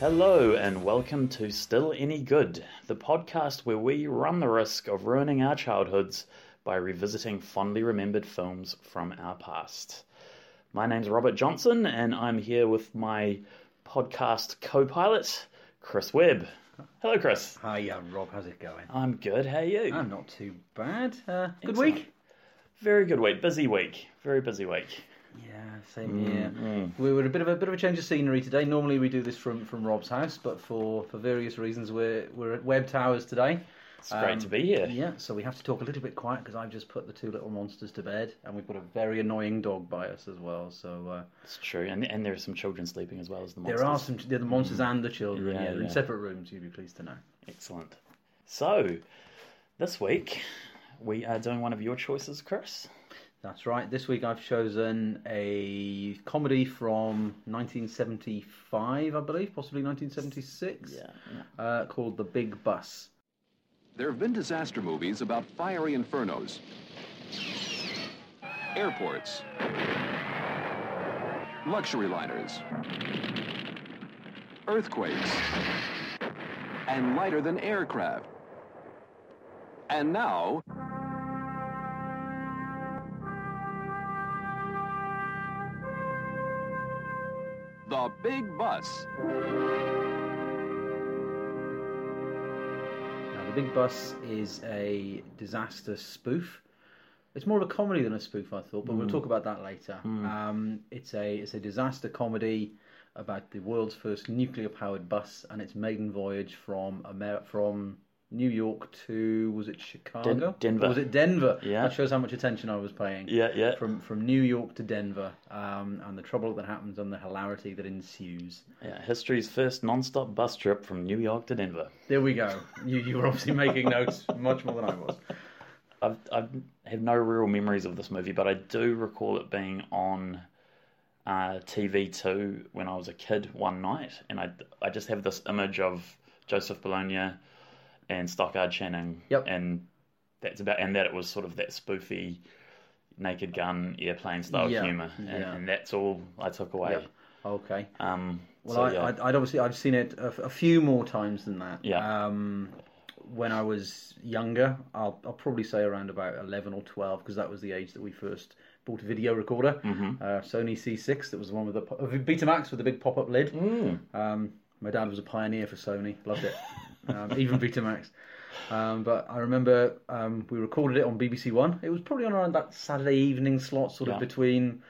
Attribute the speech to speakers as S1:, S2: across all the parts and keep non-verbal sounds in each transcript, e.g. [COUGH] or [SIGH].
S1: Hello, and welcome to Still Any Good, the podcast where we run the risk of ruining our childhoods by revisiting fondly remembered films from our past. My name's Robert Johnson, and I'm here with my podcast co pilot, Chris Webb. Hello, Chris.
S2: Hi, yeah, Rob. How's it going?
S1: I'm good. How are you?
S2: I'm not too bad. Uh, good
S1: Excellent.
S2: week.
S1: Very good week. Busy week. Very busy week.
S2: Yeah, same here. We were a bit of a bit of a change of scenery today. Normally we do this from, from Rob's house, but for, for various reasons we're we're at Web Towers today.
S1: It's great
S2: Um,
S1: to be here.
S2: Yeah, so we have to talk a little bit quiet because I've just put the two little monsters to bed, and we've got a very annoying dog by us as well. So uh,
S1: It's true. And, and there are some children sleeping as well as the monsters.
S2: there are some the other monsters and the children.
S1: Yeah,
S2: Yeah, they're
S1: yeah.
S2: in separate rooms. You'd be pleased to know.
S1: Excellent. So, this week we are doing one of your choices, Chris.
S2: That's right. This week I've chosen a comedy from 1975, I believe, possibly 1976. uh, called The Big Bus.
S3: There have been disaster movies about fiery infernos, airports, luxury liners, earthquakes, and lighter than aircraft. And now, the big bus.
S2: Now, The Big Bus is a disaster spoof. It's more of a comedy than a spoof, I thought, but
S1: Hmm.
S2: we'll talk about that later. Um, it's a it's a disaster comedy about the world's first nuclear powered bus and its maiden voyage from Amer- from New York to was it Chicago?
S1: Denver.
S2: Was it Denver?
S1: Yeah.
S2: That shows how much attention I was paying.
S1: Yeah, yeah.
S2: From from New York to Denver, um, and the trouble that happens and the hilarity that ensues.
S1: Yeah, history's first non-stop bus trip from New York to Denver.
S2: There we go. You you were obviously making notes much more than I was.
S1: I've I have no real memories of this movie, but I do recall it being on uh, TV two when I was a kid one night, and I I just have this image of Joseph Bologna and Stockard Channing,
S2: Yep.
S1: and that's about and that it was sort of that spoofy. Naked Gun, airplane style
S2: Yeah,
S1: humor, and,
S2: yeah.
S1: and that's all I took away.
S2: Yep. Okay.
S1: Um,
S2: Well,
S1: so,
S2: I,
S1: yeah.
S2: I'd, I'd obviously I've seen it a, f- a few more times than that.
S1: Yeah.
S2: Um, when I was younger, I'll, I'll probably say around about eleven or twelve because that was the age that we first bought a video recorder,
S1: Mm-hmm.
S2: uh, Sony C6. That was the one with the po- uh, Betamax with the big pop-up lid.
S1: Mm.
S2: Um, my dad was a pioneer for Sony. Loved it, um, [LAUGHS] even Betamax. Um, but I remember um, we recorded it on BBC One. It was probably on around that Saturday evening slot, sort
S1: Yeah.
S2: of between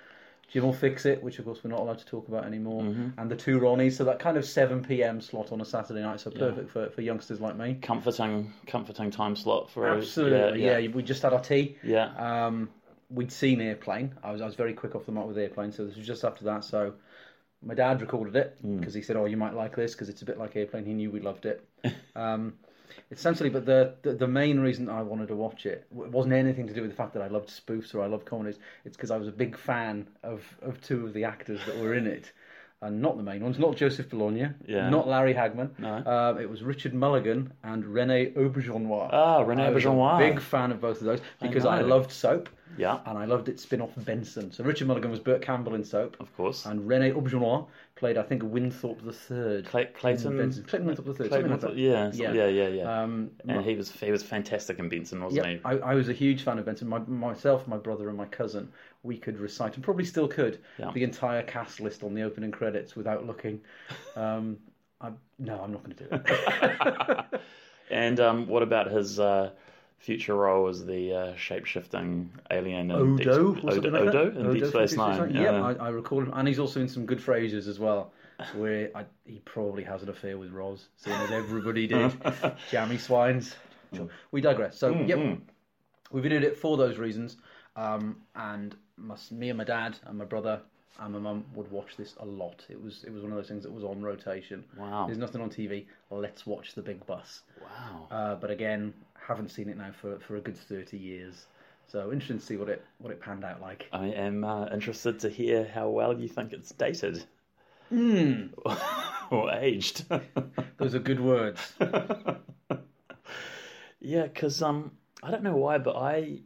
S2: Jim will fix it, which of course we're not allowed to talk about anymore, and the two Ronnies. So that kind of seven p.m. slot on a Saturday night, so perfect for, for youngsters like me.
S1: comforting, comforting time slot for a-
S2: Absolutely, yeah, We just had our tea.
S1: yeah.
S2: Um, we'd seen Airplane. I was I was very quick off the mark with Airplane, so this was just after that. So my dad recorded it
S1: Hmm.
S2: because he said, "Oh, you might like this because it's a bit like Airplane." He knew we
S1: [LAUGHS]
S2: loved it. um, essentially, but the, the the main reason I wanted to watch it w- wasn't anything to do with the fact that I loved spoofs or I loved comedies. It's because I was a big fan of of two of the actors that were in it. And not the main ones, not Joseph Bologna,
S1: Yeah.
S2: not Larry Hagman.
S1: No.
S2: Um, it was Richard Mulligan and Rene Auberjonois.
S1: Ah, Rene
S2: I was a
S1: Auberjonois.
S2: Big fan of both of those because I,
S1: know.
S2: loved Soap.
S1: Yeah.
S2: And I loved its spin off Benson. So Richard Mulligan was Burt Campbell in Soap.
S1: Of course.
S2: And Rene Auberjonois played, I think, Winthorpe the Third.
S1: Clay- Clayton-
S2: Clayton Winthorpe the Third.
S1: Clayton
S2: something like
S1: Winthorpe,
S2: that.
S1: yeah, so- yeah, yeah, yeah.
S2: Um,
S1: and he was he was fantastic in Benson, wasn't
S2: yeah,
S1: he?
S2: I, I was a huge fan of Benson. My, myself, my brother, and my cousin, we could recite, and probably still could,
S1: Yeah.
S2: the entire cast list on the opening credits without looking. Um, I'm, no, I'm not going to do
S1: [LAUGHS]
S2: it.
S1: And um, what about his uh, future role as the uh, shape-shifting alien? in Deep-
S2: Odo or something
S1: Odo,
S2: like that.
S1: Odo in Deep
S2: from
S1: Space Nine.
S2: Nine. Yeah, I, I recall him, and he's also in some good phrases as
S1: [LAUGHS]
S2: well. Where I, he probably has an affair with Roz, seeing as
S1: [LAUGHS]
S2: everybody did. Jammy swines.
S1: Hmm.
S2: We digress. So, yep, we videoed it for those reasons, um, and my, me and my dad and my brother and my mum would watch this a lot. It was it was one of those things that was on rotation.
S1: Wow.
S2: there's nothing on TV. Let's watch the Big Bus.
S1: Wow.
S2: Uh, but again, haven't seen it now for, for a good thirty years. So interesting to see what it what it panned out like.
S1: I am uh, interested to hear how well you think it's dated.
S2: Hmm.
S1: [LAUGHS] or aged. [LAUGHS]
S2: Those are good words.
S1: Yeah, because um, I don't know why, but I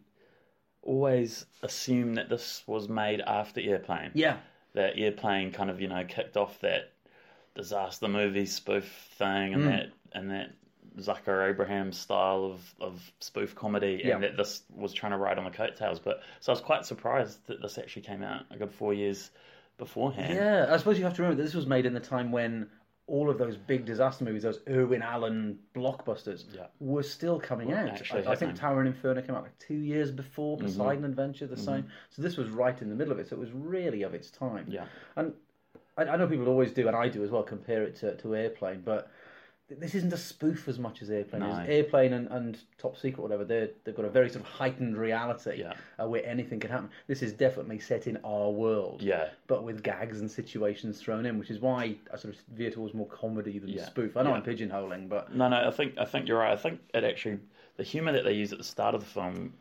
S1: always assumed that this was made after Airplane.
S2: yeah,
S1: That Airplane kind of, you know, kicked off that disaster movie spoof thing and
S2: Mm.
S1: that and that Zachar Abraham style of, of spoof comedy
S2: Yeah.
S1: and that this was trying to ride on the coattails. But so I was quite surprised that this actually came out a good four years beforehand.
S2: Yeah, I suppose you have to remember that this was made in the time when all of those big disaster movies, those Irwin Allen blockbusters,
S1: Yeah.
S2: were still coming out.
S1: actually
S2: I, I
S1: happening.
S2: think
S1: Mm-hmm.
S2: Tower and Inferno came out like two years before Poseidon Adventure, the same. So this was right in the middle of it. So it was really of its time.
S1: Yeah.
S2: And I, I know people always do, and I do as well, compare it to, to Airplane, but th- this isn't a spoof as much as Airplane
S1: No.
S2: is. Airplane and, and Top Secret, whatever, they're, they've got a very sort of heightened reality
S1: Yeah.
S2: uh, where anything can happen. This is definitely set in our world
S1: Yeah.
S2: but with gags and situations thrown in, which is why I sort of veer towards more comedy than
S1: Yeah.
S2: spoof. I know
S1: Yeah.
S2: I'm pigeonholing, but
S1: No, no, I think I think you're right. I think it actually the humor that they use at the start of the film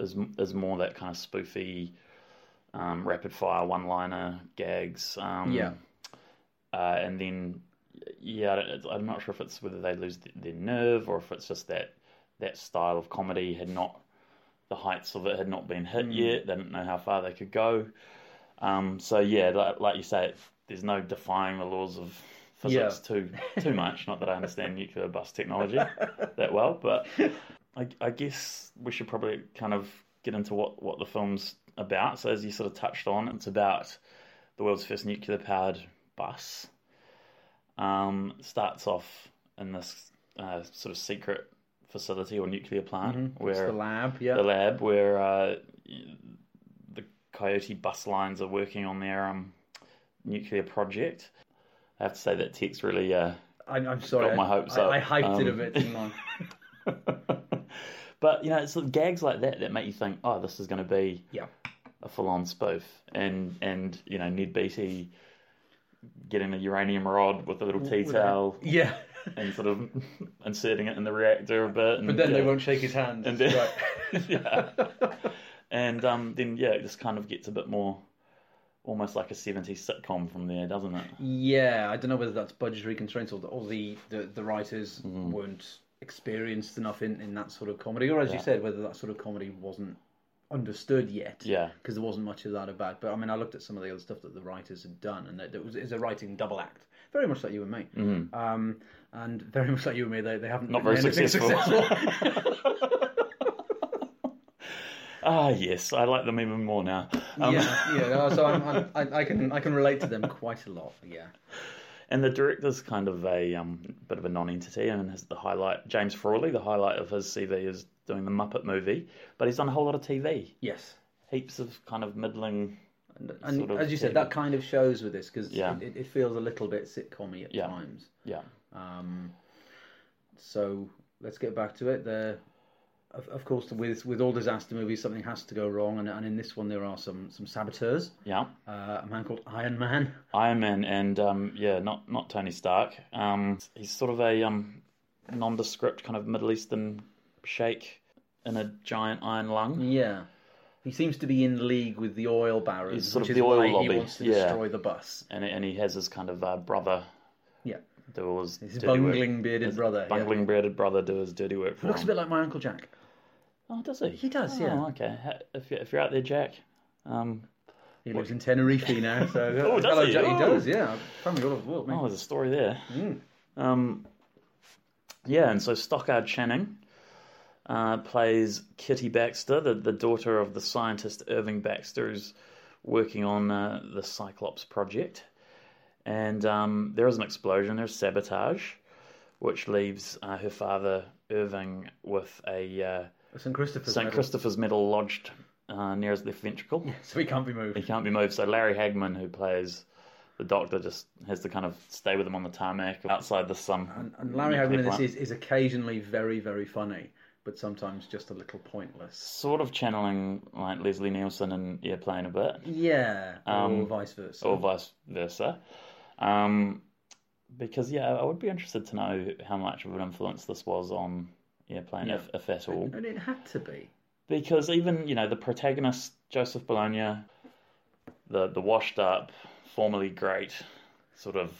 S1: is is more that kind of spoofy, um, rapid fire one liner gags. Um,
S2: Yeah.
S1: uh, and then yeah, I don't- I'm not sure if it's whether they lose th- their nerve or if it's just that that style of comedy had not the heights of it had not been
S2: Hmm.
S1: hit yet. They didn't know how far they could go. Um, so yeah, like, like you say, it's- there's no defying the laws of physics too too much. Not that I understand nuclear bus
S2: [LAUGHS]
S1: technology that well, but I, I guess we should probably kind of get into what what the film's about. So as you sort of touched on, it's about the world's first nuclear powered bus. Um, starts off in this uh, sort of secret facility or nuclear plant where
S2: Mm-hmm. it's the lab, yeah.
S1: Mm-hmm. the lab where uh, the Coyote bus lines are working on their um, nuclear project. I have to say that text really.
S2: [LAUGHS]
S1: Uh...
S2: I, I'm sorry,
S1: Got my
S2: I-
S1: hopes
S2: I, I,
S1: up.
S2: hyped it a
S1: Um,
S2: bit, didn't
S1: [LAUGHS]
S2: I?
S1: but you know, it's the gags like that that make you think, oh, this is going to be
S2: yeah,
S1: a full-on spoof, and and you know, Ned Beatty getting a uranium rod with a little tea
S2: With a-
S1: towel
S2: yeah.
S1: and sort of [LAUGHS] inserting it in the reactor a bit. And,
S2: but then they
S1: yeah.
S2: won't shake his hand.
S1: and
S2: It's
S1: then,
S2: right.
S1: [LAUGHS] yeah, and um, then yeah, it just kind of gets a bit more, almost like a 70s sitcom from there, doesn't it?
S2: Yeah, I don't know whether that's budgetary constraints or the, or the, the, the writers
S1: Mm-hmm.
S2: weren't experienced enough in, in that sort of comedy, or as you said, whether that sort of comedy wasn't understood yet.
S1: Yeah,
S2: because there wasn't much of that about. But I mean, I looked at some of the other stuff that the writers had done, and that it was it's a writing double act, very much like you and me, um, and very much like you and me. They, they haven't
S1: Hmm. not very
S2: written anything
S1: successful. [LAUGHS] Ah, yes, I like them even more now. Um,
S2: yeah, yeah. no, So I'm, I'm, I, I can I can relate to them quite a lot. Yeah,
S1: And the director's kind of a um, bit of a non-entity, and his, the highlight, James Frawley, the highlight of his CV is doing the Muppet movie, but he's done a whole lot of TV,
S2: yes.
S1: heaps of kind of middling.
S2: And, and
S1: Sort of
S2: as you said,
S1: table.
S2: that kind of shows with this because
S1: Yeah.
S2: it, it feels a little bit sitcom at
S1: Yeah.
S2: times.
S1: Yeah,
S2: Um, so let's get back to it. There, of, of course, with with all disaster movies, something has to go wrong, and, and in this one there are some some saboteurs.
S1: yeah.
S2: Uh, a man called Iron Man.
S1: Iron Man and um, yeah, not not Tony Stark. Um, he's sort of a um, nondescript kind of Middle Eastern sheikh in a giant iron lung.
S2: Yeah, he seems to be in league with the oil barons,
S1: He's sort
S2: which
S1: of
S2: is
S1: the oil
S2: why
S1: lobby,
S2: he wants to
S1: yeah.
S2: destroy the bus.
S1: And and he has his kind of uh, brother
S2: Yeah,
S1: do all his
S2: his
S1: dirty work.
S2: bungling bearded brother. yeah.
S1: bungling bearded brother do his dirty work for
S2: Looks a
S1: him.
S2: bit like my uncle Jack.
S1: Oh, does he? He
S2: does,
S1: Oh,
S2: yeah.
S1: Okay. Ha- If you- if you're out there, Jack. Um,
S2: He lives in Tenerife now,
S1: [LAUGHS]
S2: so uh,
S1: Oh, does he?
S2: Jack,
S1: Oh.
S2: does. Yeah, family all over the world. Mate.
S1: oh, there's a story there. Um, yeah, and so Stockard Channing uh, plays Kitty Baxter, the, the daughter of the scientist Irving Baxter, who's working on uh, the Cyclops project. And um, there is an explosion, there's sabotage, which leaves uh, her father, Irving, with a uh,
S2: St. Christopher's.
S1: St.
S2: medal.
S1: Christopher's medal lodged uh, near his left ventricle.
S2: So he can't be
S1: He
S2: moved.
S1: can't be moved. So Larry Hagman, who plays the doctor, just has to kind of stay with him on the tarmac outside the sun.
S2: And, and Larry Hagman in this is, is occasionally very, very funny, but sometimes just a little pointless.
S1: sort of channeling like Leslie Nielsen and Airplane a bit,
S2: Yeah, or
S1: Um,
S2: vice versa.
S1: or vice versa. Um, because yeah, I would be interested to know how much of an influence this was on Airplane, if, if at all.
S2: and it had to be.
S1: because even you know the protagonist Joseph Bologna, the the washed up, formerly great, sort of,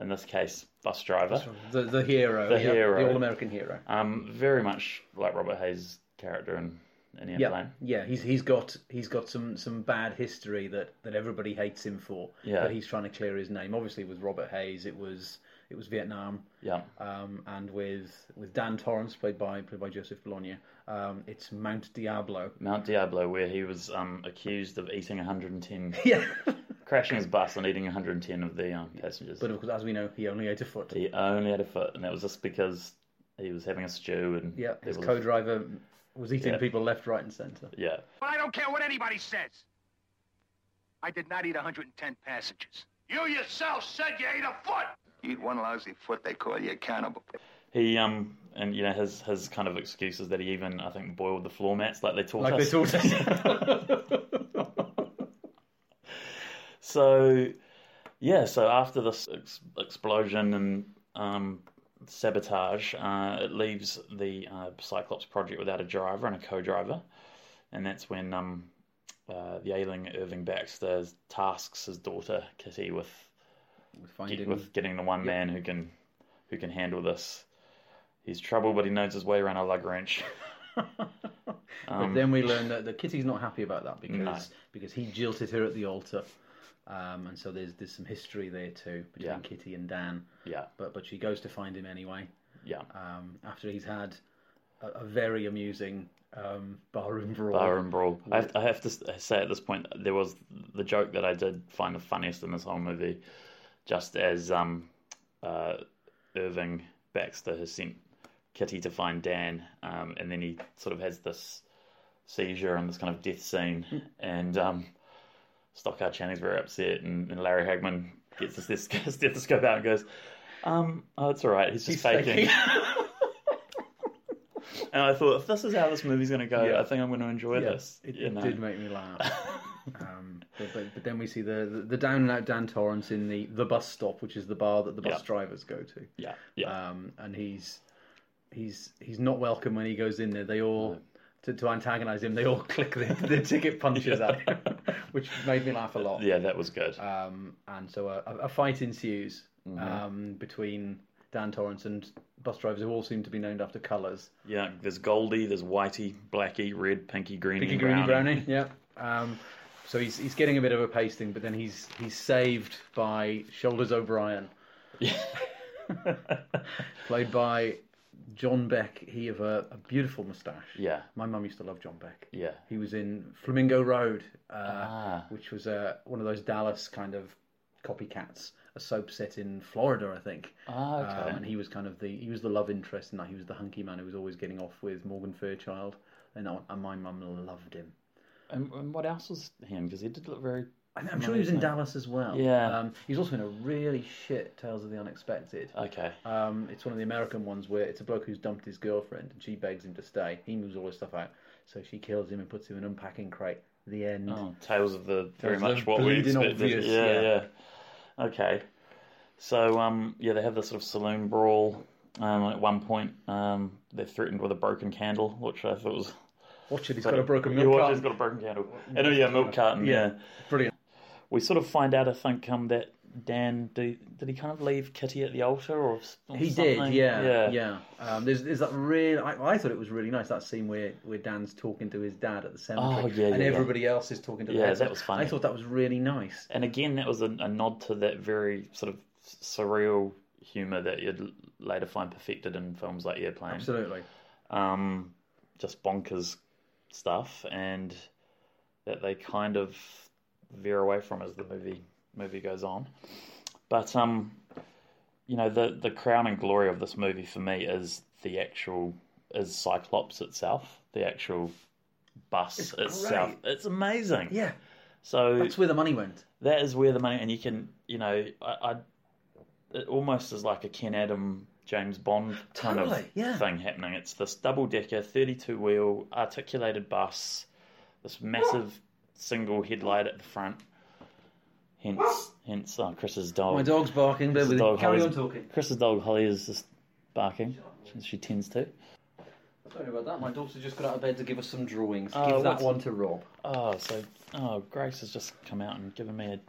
S1: in this case, bus driver,
S2: The, the hero.
S1: The
S2: yeah,
S1: hero.
S2: The all American hero.
S1: um, very much like Robert Hayes' character in in
S2: Yeah,
S1: Airplane.
S2: yeah. He's he's got he's got some some bad history that that everybody hates him for.
S1: Yeah.
S2: but he's trying to clear his name. Obviously, with Robert Hayes, it was it was Vietnam,
S1: Yeah.
S2: um, and with with Dan Torrance, played by played by Joseph Bologna, um, it's Mount Diablo. [LAUGHS]
S1: Mount Diablo, where he was um, accused of eating 110,
S2: Yeah,
S1: [LAUGHS] crashing his bus and eating 110 of the um, passengers.
S2: but of course, as we know, he only ate a foot.
S1: he only had a foot, and that was just because he was having a stew and
S2: Yeah,
S1: there
S2: his
S1: was-
S2: co-driver was eating
S1: Yeah.
S2: people left, right, and centre.
S1: Yeah,
S4: Well, I don't care what anybody says. I did not eat 110 passengers. You yourself said you ate a foot. You eat one lousy foot, they call you a cannibal.
S1: he um and you know his his kind of excuse is that he even I think boiled the floor mats like they taught
S2: Like
S1: us.
S2: they
S1: [LAUGHS]
S2: taught us. [LAUGHS]
S1: so yeah, so after this ex- explosion and um, sabotage, uh, it leaves the uh, Cyclops project without a driver and a co-driver, and that's when um, uh, the ailing Irving Baxter tasks his daughter Kitty with
S2: With
S1: get-
S2: finding
S1: with getting the one man who can who can handle this. He's trouble, but he knows his way around a lug wrench. [LAUGHS] Um,
S2: but then we learn that, that Kitty's not happy about that because because he jilted her at the altar, um, and so there's there's some history there too between
S1: Yeah.
S2: Kitty and Dan.
S1: Yeah,
S2: But but she goes to find him anyway
S1: yeah.
S2: um, after he's had a, a very amusing um, barroom brawl.
S1: Bar and brawl. I have, I have to s- say at this point, there was the joke that I did find the funniest in this whole movie, just as um, uh, Irving Baxter has sent Kitty to find Dan, um, and then he sort of has this seizure and this kind of death scene,
S2: Hmm.
S1: and um, Stockard Channing's very upset, and, and Larry Hagman gets his, this, [LAUGHS] his stethoscope out and goes, um, "Oh, it's all right. He's just
S2: [LAUGHS] He's
S1: faking." [LAUGHS]
S2: faking.
S1: and I thought, if this is how this movie's going to go,
S2: Yeah.
S1: I think I'm going to enjoy
S2: Yeah,
S1: this.
S2: it,
S1: you
S2: it
S1: know?
S2: did make
S1: [LAUGHS]
S2: me laugh. um, but, but, but then we see the, the, the down and out Dan Torrance in the, the bus stop, which is the bar that the bus
S1: Yeah.
S2: drivers go to.
S1: Yeah, yeah,
S2: um, and he's he's he's not welcome when he goes in there. They all to, to antagonise him. They all [LAUGHS] click their, their ticket punches at him, [LAUGHS] which made me laugh a lot.
S1: yeah. That was good.
S2: Um, and so a, a fight ensues
S1: Mm-hmm.
S2: um, between Dan Torrance and bus drivers who all seem to be named after colours.
S1: yeah, there's Goldie, there's Whitey, Blackie, Red, Pinky, Greeny,
S2: Pinky
S1: and
S2: Greeny
S1: Brownie.
S2: Brownie, yeah. Um, so he's he's getting a bit of a pasting, but then he's he's saved by Shoulders O'Brien, [LAUGHS]
S1: [LAUGHS]
S2: played by John Beck. He of a, a beautiful moustache.
S1: yeah,
S2: My mum used to love John Beck.
S1: yeah.
S2: He was in Flamingo Road, uh,
S1: Ah,
S2: which was uh, one of those Dallas kind of copycats, a soap set in Florida, I think.
S1: ah, okay.
S2: Um, and he was kind of the he was the love interest in that. He was the hunky man who was always getting off with Morgan Fairchild, and, that one- and my mum loved him.
S1: and, and what else was him? Because he did look very.
S2: And I'm sure he was in
S1: Amazing.
S2: Dallas as well.
S1: Yeah.
S2: Um, he was also in a really shit Tales of the Unexpected.
S1: Okay.
S2: Um, it's one of the American ones where it's a bloke who's dumped his girlfriend and she begs him to stay. He moves all his stuff out, so she kills him and puts him in an unpacking crate. The end.
S1: Oh, Tales of the very
S2: Tales of
S1: much
S2: the
S1: what we
S2: bleeding
S1: expected.
S2: obvious,
S1: yeah, yeah,
S2: yeah.
S1: Okay. So um, yeah, they have this sort of saloon brawl. Um, at one point, um, they're threatened with a broken candle, which I thought was
S2: Watch it, he's got a broken
S1: Yeah,
S2: milk
S1: watch,
S2: carton.
S1: He's got a broken candle. And oh, yeah, milk carton. Yeah.
S2: Yeah. Brilliant.
S1: we sort of find out. I think um, that Dan did, did he kind of leave Kitty at the altar or, s- or
S2: He
S1: something?
S2: did, yeah, yeah. Um, there's, there's that really. I, I thought it was really nice that scene where, where Dan's talking to his dad at the cemetery,
S1: Oh, yeah,
S2: and
S1: yeah, yeah.
S2: everybody else is talking to. the
S1: Yeah,
S2: dad.
S1: that was funny.
S2: I thought that was really nice.
S1: And again, that was a, a nod to that very sort of surreal humor that you'd l- later find perfected in films like Airplane.
S2: Absolutely.
S1: um, just bonkers stuff, and that they kind of veer away from as the movie movie goes on. But um, you know, the the crowning glory of this movie for me is the actual is Cyclops itself, the actual bus
S2: It's
S1: itself. It's amazing.
S2: Yeah,
S1: So
S2: that's where the money went.
S1: that is where the money and you can you know I, I it almost is like a Ken Adam James Bond kind of
S2: Totally, yeah.
S1: thing happening. It's this double decker, thirty two wheel articulated bus, this massive single headlight at the front. Hence, hence oh, Chris's dog.
S2: My dog's barking. Bear
S1: Chris's
S2: with me.
S1: dog
S2: Carry on
S1: Holly's-
S2: talking.
S1: Chris's dog Holly is just barking. She, she tends to.
S2: Sorry about that. My daughter just got out of bed to give us some drawings.
S1: Oh,
S2: give that
S1: what's-
S2: one to Rob.
S1: Oh, so oh, Grace has just come out and given me a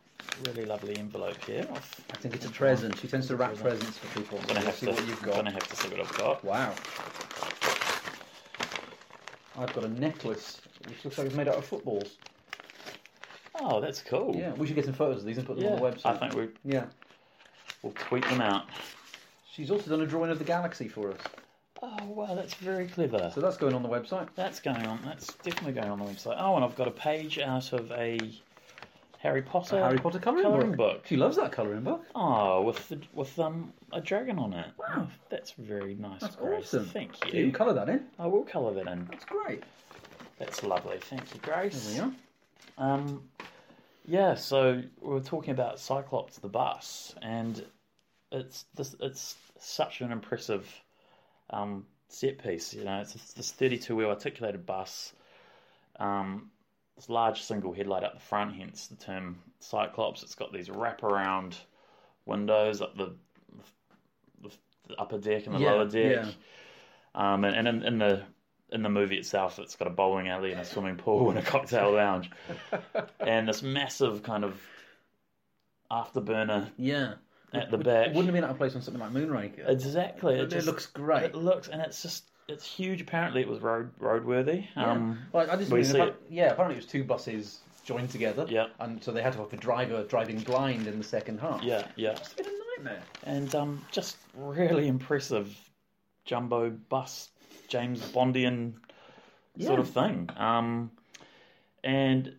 S1: really lovely envelope here.
S2: I think it's a present. She tends to wrap presents for people. So
S1: I'm gonna
S2: we'll
S1: have
S2: see
S1: to.
S2: what you've
S1: I'm
S2: got.
S1: gonna have to see what I've got.
S2: Wow. I've got a necklace which looks like it's made out of footballs.
S1: Oh, that's cool.
S2: Yeah, we should get some photos of these and put them on the
S1: Yeah,
S2: website.
S1: I think we,
S2: Yeah.
S1: we'll tweet them out.
S2: She's also done a drawing of the galaxy for us.
S1: Oh, wow, that's very clever.
S2: So that's going on the website.
S1: That's going on. That's definitely going on the website. Oh, and I've got a page out of a Harry Potter,
S2: A Harry Potter colouring,
S1: book.
S2: She loves that colouring book.
S1: Oh, with the, with um a dragon on it. Wow, that's very nice,
S2: That's
S1: Grace.
S2: awesome.
S1: Thank
S2: You
S1: you.
S2: can colour that in.
S1: I will colour that in.
S2: That's great.
S1: That's lovely. Thank you,
S2: There
S1: Grace.
S2: we are.
S1: Um, yeah. So we were talking about Cyclops the bus, and it's this. It's such an impressive um, set piece. You know, it's this thirty-two wheel articulated bus. Um, this large single headlight up the front, hence the term Cyclops. It's got these wraparound windows up the, the, the upper deck and the
S2: Yeah,
S1: lower deck.
S2: yeah.
S1: Um, and, and in, in the in the movie itself, it's got a bowling alley and a swimming pool and a cocktail lounge,
S2: [LAUGHS]
S1: and this massive kind of afterburner
S2: Yeah.
S1: at the back.
S2: It wouldn't have been out of place on something like Moonraker.
S1: exactly.
S2: But
S1: It,
S2: it
S1: just
S2: looks great.
S1: It looks, and it's just it's huge. Apparently, it was road roadworthy. Um,
S2: well, I just
S1: we
S2: mean,
S1: see
S2: appa- yeah, apparently it was two buses joined together.
S1: Yeah.
S2: And so they had to have the driver driving blind in the second half.
S1: yeah, yeah,
S2: It's been a nightmare.
S1: and um, just really impressive jumbo bus, James Bondian sort
S2: Yeah.
S1: of thing. Um, and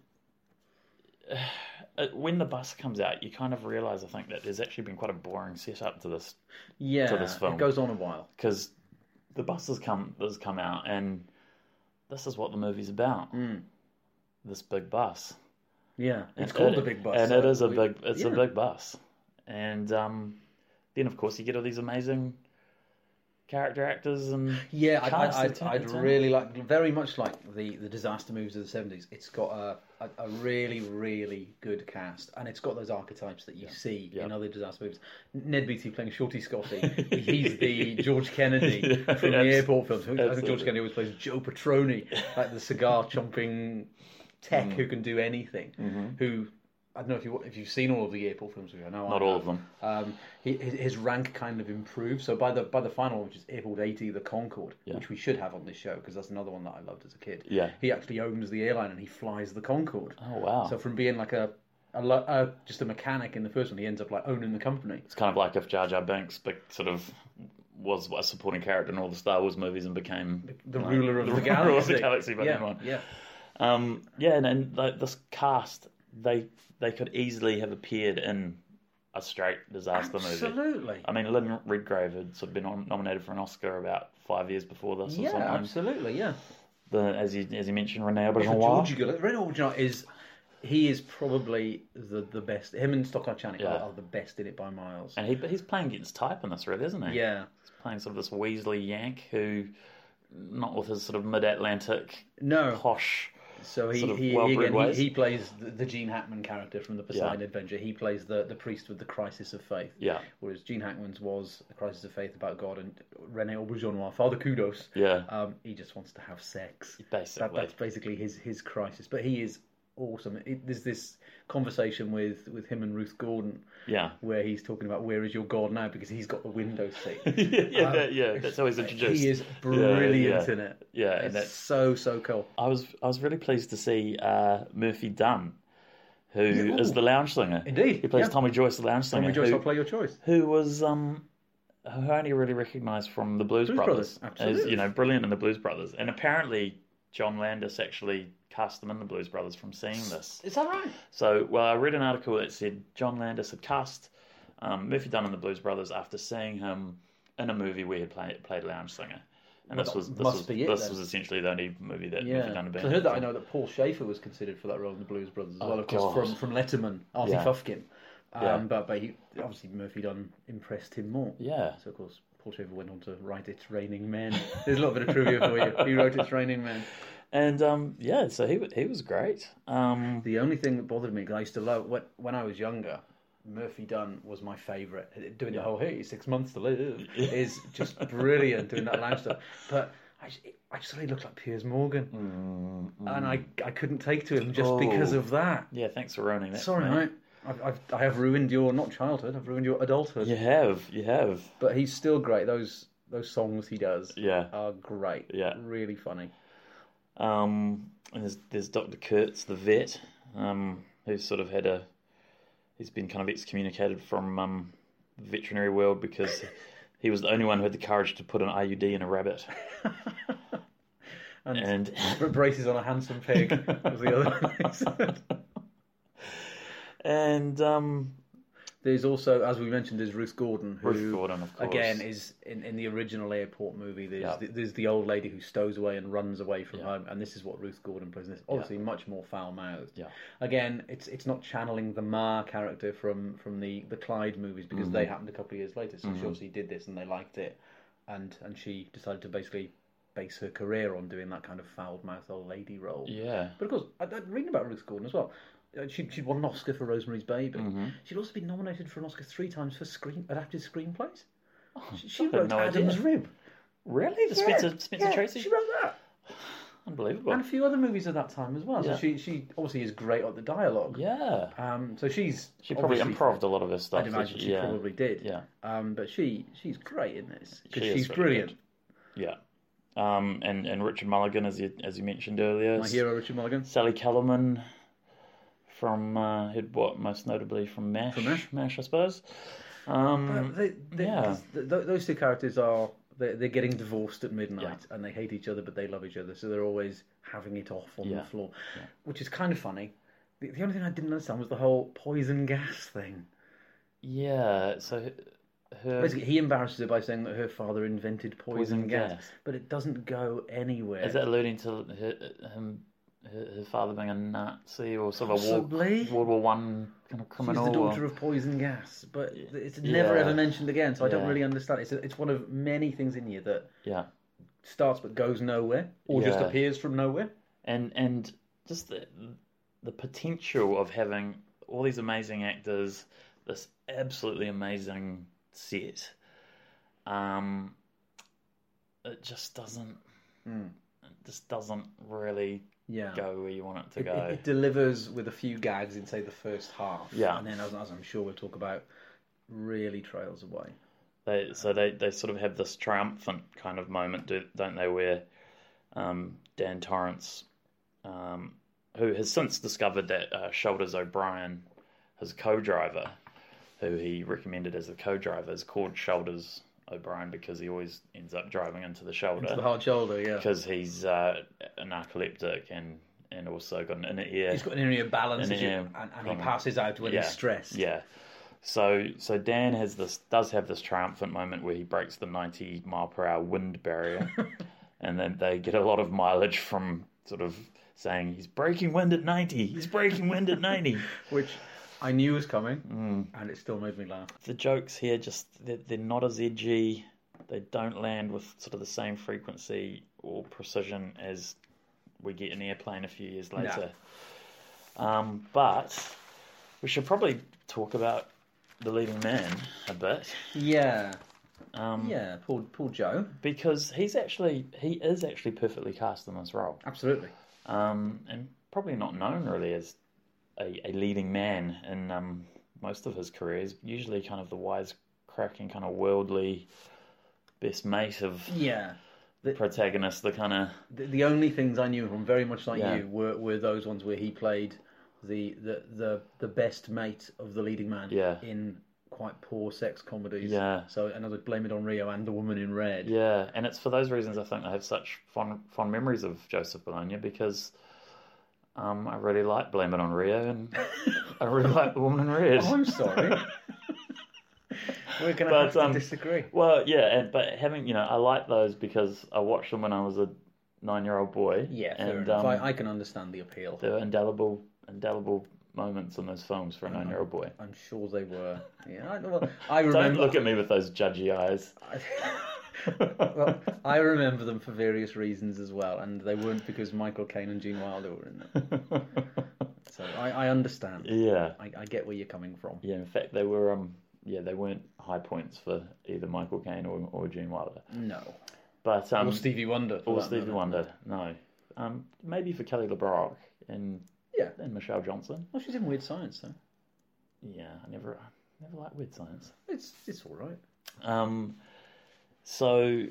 S1: uh, when the bus comes out, you kind of realise, I think, that there's actually been quite a boring setup to this
S2: Yeah.
S1: To this film.
S2: It goes on a while.
S1: because the bus has come has come out, and this is what the movie's about. This big bus.
S2: Yeah. Mm. It's
S1: And
S2: called
S1: it-
S2: the Big Bus.
S1: and
S2: so
S1: it is a
S2: we-
S1: big. It's a
S2: yeah.
S1: big bus, and um, then of course you get all these amazing character actors and
S2: Yeah, I'd,
S1: cast that
S2: I'd, I'd,
S1: turn
S2: I'd
S1: it in.
S2: really like, very much like the, the disaster movies of the seventies. It's got a, a, a really, really good cast, and it's got those archetypes that you see
S1: Yeah.
S2: in other disaster movies. Ned Beatty playing
S1: [LAUGHS]
S2: Shorty Scotty, he's the George Kennedy
S1: Yeah,
S2: from
S1: abs-
S2: the airport films. I think George
S1: absolutely.
S2: Kennedy always plays Joe Petroni, like
S1: [LAUGHS]
S2: the cigar chomping
S1: Mm.
S2: tech who can do anything.
S1: Mm-hmm.
S2: Who I don't know if you if you've seen all of the airport films. I know I
S1: Not all
S2: have.
S1: of them.
S2: Um, he, his his rank kind of improved. So by the by the final, one, which is Airport 80, the Concorde, which we should have on this show because that's another one that I loved as a kid.
S1: Yeah.
S2: he actually owns the airline and he flies the Concorde.
S1: Oh wow!
S2: So from being like a, a, lo- uh just a mechanic in the first one, he ends up like owning the company.
S1: it's kind of like if Jar Jar Binks be- sort of was a supporting character in all the Star Wars movies and became
S2: The ruler of the,
S1: ruler of [LAUGHS]
S2: galaxy.
S1: the galaxy by the
S2: yeah,
S1: end one.
S2: yeah,
S1: Um, yeah, and, and like this cast, they they could easily have appeared in a straight disaster movie.
S2: absolutely.
S1: I mean, Lynn Redgrave had sort of been nom- nominated for an Oscar about five years before this, or
S2: Yeah,
S1: something.
S2: absolutely. Yeah.
S1: The, as you as you mentioned, Renee Auberjonois.
S2: Georgie Gillett, Red Orgeron is he is probably the the best. Him and Stockard Channing
S1: Yeah.
S2: are, are the best in it by miles.
S1: And he, but he's playing against type in this, really, isn't he?
S2: Yeah.
S1: He's playing sort of this Weasley Yank who, not with his sort of mid Atlantic,
S2: No.
S1: posh.
S2: So he
S1: sort of
S2: he, he,
S1: well-bred
S2: again, he-
S1: ways.
S2: he plays the, the Gene Hackman character from the Poseidon
S1: Yeah.
S2: Adventure. He plays the, the priest with the crisis of faith.
S1: Yeah.
S2: Whereas Gene Hackman's was a crisis of faith about God and Rene Auberjonois, Father Kudos.
S1: Yeah.
S2: Um, he just wants to have sex.
S1: Basically.
S2: That, that's basically his his crisis. But he is awesome. It, there's this conversation with with him and Ruth Gordon
S1: yeah. [LAUGHS]
S2: where he's talking about where is your God now because he's got the window seat.
S1: [LAUGHS] yeah, that- yeah, that's always introduced.
S2: Um, he is
S1: Yeah,
S2: brilliant
S1: yeah.
S2: in it.
S1: Yeah, and
S2: It's
S1: that's-
S2: so so cool.
S1: I was I was really pleased to see uh, Murphy Dunn, who is
S2: Yeah, ooh.
S1: the lounge singer.
S2: Indeed,
S1: he plays
S2: yeah.
S1: Tommy Joyce, the lounge singer,
S2: Tommy Joyce,
S1: who,
S2: I'll play your choice.
S1: who was um, who I only really recognised from the Blues,
S2: Blues
S1: Brothers.
S2: Brothers,
S1: as, you
S2: absolutely.
S1: know, brilliant in the Blues Brothers, and apparently John Landis actually cast them in the Blues Brothers from seeing this.
S2: Is that right?
S1: So, well, I read an article that said John Landis had cast um, Murphy Dunn in the Blues Brothers after seeing him in a movie where he played played lounge singer, and
S2: Well,
S1: this
S2: that
S1: was this
S2: must
S1: was
S2: be it
S1: this
S2: then.
S1: was essentially the only movie that
S2: Yeah,
S1: Murphy Dunn had been.
S2: So I heard
S1: in.
S2: that. I know that Paul Schaefer was considered for that role in the Blues Brothers as well, of
S1: Oh, God.
S2: course, from, from Letterman, Artie
S1: Yeah.
S2: Fufkin. Um,
S1: Yeah.
S2: But but he, obviously Murphy Dunn impressed him more.
S1: Yeah.
S2: So of course Paul Schaefer went on to write It's Raining Men. There's a little bit of trivia for you. He wrote It's Raining Men.
S1: And um, yeah, so he wa- he was great. Um,
S2: The only thing that bothered me, 'cause I used to love when, when I was younger. Murphy Dunn was my favourite. Doing the whole hey, six months to live is just brilliant. doing that lounge stuff, but I just, I just thought he looked like Piers Morgan, and I I couldn't take to him just
S1: Oh.
S2: because of that.
S1: yeah, thanks for ruining that.
S2: Sorry,
S1: mate.
S2: mate. I've, I've, I have ruined your not childhood. I've ruined your adulthood.
S1: You have, you have.
S2: But he's still great. Those those songs he does
S1: Yeah.
S2: are great.
S1: Yeah.
S2: really funny. [LAUGHS]
S1: Um, and there's there's Doctor Kurtz, the vet, um, who's sort of had a he's been kind of excommunicated from um, the veterinary world because he was the only one who had the courage to put an IUD in a rabbit.
S2: And-
S1: and
S2: Br- Braces on a handsome
S1: [LAUGHS]
S2: pig was the other one they said.
S1: and um,
S2: There's also, as we mentioned, there's Ruth Gordon, who
S1: Ruth Gordon, of course.
S2: again is in, in the original airport movie. There's
S1: Yeah.
S2: the, there's the old lady who stows away and runs away from
S1: Yeah.
S2: home, and this is what Ruth Gordon plays. in This obviously much more foul mouthed.
S1: Yeah.
S2: Again, it's it's not channeling the Ma character from from the the Clyde movies because
S1: Mm-hmm.
S2: they happened a couple of years later. So she obviously did this and they liked it, and and she decided to basically base her career on doing that kind of foul mouthed old lady role.
S1: yeah,
S2: But of course, I, I'd reading about Ruth Gordon as well. Uh, She, she'd won an Oscar for Rosemary's Baby.
S1: Mm-hmm.
S2: She'd also been nominated for an Oscar three times for screen adapted screenplays. she she
S1: had
S2: wrote
S1: Oh, no idea.
S2: Adam's Rib.
S1: really, the Spencer Spencer
S2: yeah,
S1: Tracy,
S2: She wrote that.
S1: unbelievable.
S2: And a few other movies at that time as well.
S1: Yeah.
S2: So she, she obviously is great at the dialogue.
S1: yeah,
S2: Um, so she's.
S1: she probably
S2: obviously-
S1: improved a lot of her stuff.
S2: I'd imagine she
S1: yeah.
S2: probably did.
S1: Yeah.
S2: Um, but she she's great in this. 'cause
S1: She is
S2: she's
S1: very
S2: brilliant.
S1: good. Yeah. Um, and, and Richard Mulligan, as you as you mentioned earlier,
S2: My hero, Richard Mulligan.
S1: Sally Kellerman from uh, who'd what most notably from Mash,
S2: From Mash.
S1: I suppose. Um,
S2: they, they,
S1: yeah.
S2: yeah. th- th- those two characters are they're, they're getting divorced at midnight and they hate each other but they love each other so they're always having it off on
S1: Yeah.
S2: the floor which is kind of funny the, the only thing i didn't understand was the whole poison gas thing
S1: yeah, so h- her
S2: basically he embarrasses her by saying that her father invented poison,
S1: Poison
S2: gas,
S1: gas.
S2: but it doesn't go anywhere
S1: is that alluding to her, him, her, her father being a Nazi or sort of a war,
S2: Possibly.
S1: World War One kind of
S2: She's
S1: criminal?
S2: the
S1: or-
S2: daughter of poison gas, but it's never
S1: Yeah.
S2: ever mentioned again, so I don't
S1: Yeah.
S2: really understand. It's, it's one of many things in here that
S1: yeah,
S2: starts but goes nowhere, or just
S1: Yeah.
S2: appears from nowhere.
S1: and and just the the potential of having all these amazing actors, this absolutely amazing set, um, it just doesn't, Hmm. it just doesn't really
S2: Yeah.
S1: go where you want it to
S2: It-
S1: go.
S2: It, it delivers with a few gags in, say, the first half.
S1: Yeah.
S2: And then, as, as I'm sure we'll talk about, really trails away.
S1: They, so they, they sort of have this triumphant kind of moment, do, don't they, where um, Dan Torrance, um, who has since discovered that uh, Shoulders O'Brien, his co-driver, who he recommended as the co-driver, is called Shoulders O'Brien because he always ends up driving into the shoulder
S2: The hard shoulder, yeah.
S1: because he's uh, a narcoleptic and, and also got an inner ear.
S2: He's got an area balance
S1: An
S2: issue,
S1: area
S2: and, and he
S1: problem.
S2: passes out when
S1: Yeah.
S2: he's stressed.
S1: Yeah. So so Dan has this does have this triumphant moment where he breaks the ninety mile per hour wind barrier, and then they get a lot of mileage from sort of saying he's breaking wind at ninety, he's breaking wind at ninety.
S2: Which I knew was coming,
S1: Mm.
S2: and it still made me laugh.
S1: the jokes here just they're, they're not as edgy. They don't land with sort of the same frequency or precision as we get in Airplane a few years later. Um, but we should probably talk about the leading man a bit.
S2: Yeah.
S1: Um,
S2: Yeah, Paul, Paul Joe.
S1: because he's actually he is actually perfectly cast in this role,
S2: Absolutely.
S1: um, and probably not known really as a, a leading man in um, most of his career. He's usually kind of the wise cracking, kind of worldly best mate of
S2: Yeah.
S1: protagonist, the kind of
S2: The, the only things I knew from, very much like
S1: Yeah.
S2: you, were, were those ones where he played the, the, the, the best mate of the leading man
S1: Yeah.
S2: in quite poor sex comedies.
S1: Yeah.
S2: So another Blame It on Rio and The Woman in Red.
S1: yeah. And it's for those reasons I think I have such fond fond memories of Joseph Bologna because. Um, I really like Blame It on Rio, and [LAUGHS] I really like The Woman in Red.
S2: [LAUGHS] Oh, I'm sorry. We're going to
S1: But,
S2: have to
S1: um,
S2: disagree.
S1: Well, yeah, and, but having you know, I like those because I watched them when I was a nine-year-old boy.
S2: Yeah, fair
S1: and
S2: enough.
S1: um,
S2: I, I can understand the appeal.
S1: there were indelible, indelible moments in those films
S2: Uh-huh.
S1: for a nine-year-old boy.
S2: I'm sure they were. Yeah, I, well, I
S1: Don't
S2: remember.
S1: look at me with those judgy eyes.
S2: [LAUGHS]
S1: [LAUGHS]
S2: well, I remember them for various reasons as well, and they weren't because Michael Caine and Gene Wilder were in them. So I, I understand.
S1: yeah,
S2: I, I get where you're coming from.
S1: yeah. In fact, they were. Um, yeah, they weren't high points for either Michael Caine or, or Gene Wilder.
S2: No.
S1: But um,
S2: Or Stevie Wonder. for
S1: or
S2: that
S1: Stevie
S2: matter.
S1: Wonder. No, um, maybe for Kelly LeBrock and
S2: Yeah.
S1: and Michelle Johnson.
S2: Well, she's in Weird Science, though.
S1: Yeah, I never, I never liked weird science.
S2: It's it's all right.
S1: Um, so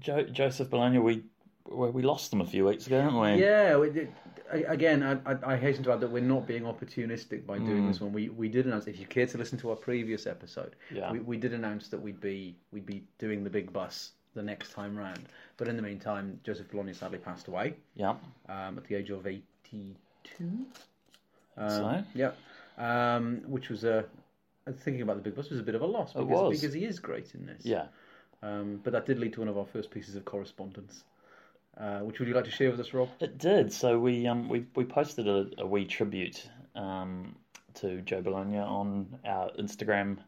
S1: jo- Joseph Bologna, we where we lost them a few weeks ago, didn't we?
S2: Yeah, we did- a- again, I, I- I hasten to add that we're not being opportunistic by doing this one. We we did announce. If you care to listen to our previous episode,
S1: Yeah.
S2: we, we did announce that we'd be we'd be doing the big bus the next time round. But in the meantime, Joseph Filoni sadly passed away
S1: Yeah.
S2: um, at the age of eighty-two. Um,
S1: So?
S2: yeah, um, which was a thinking about the big bus was a bit of a loss because,
S1: was.
S2: because he is great in this.
S1: Yeah.
S2: Um, but that did lead to one of our first pieces of correspondence. Uh, which would you like to share with us, Rob?
S1: It did. So we um we we posted a, a wee tribute um to Joe Bologna on our Instagram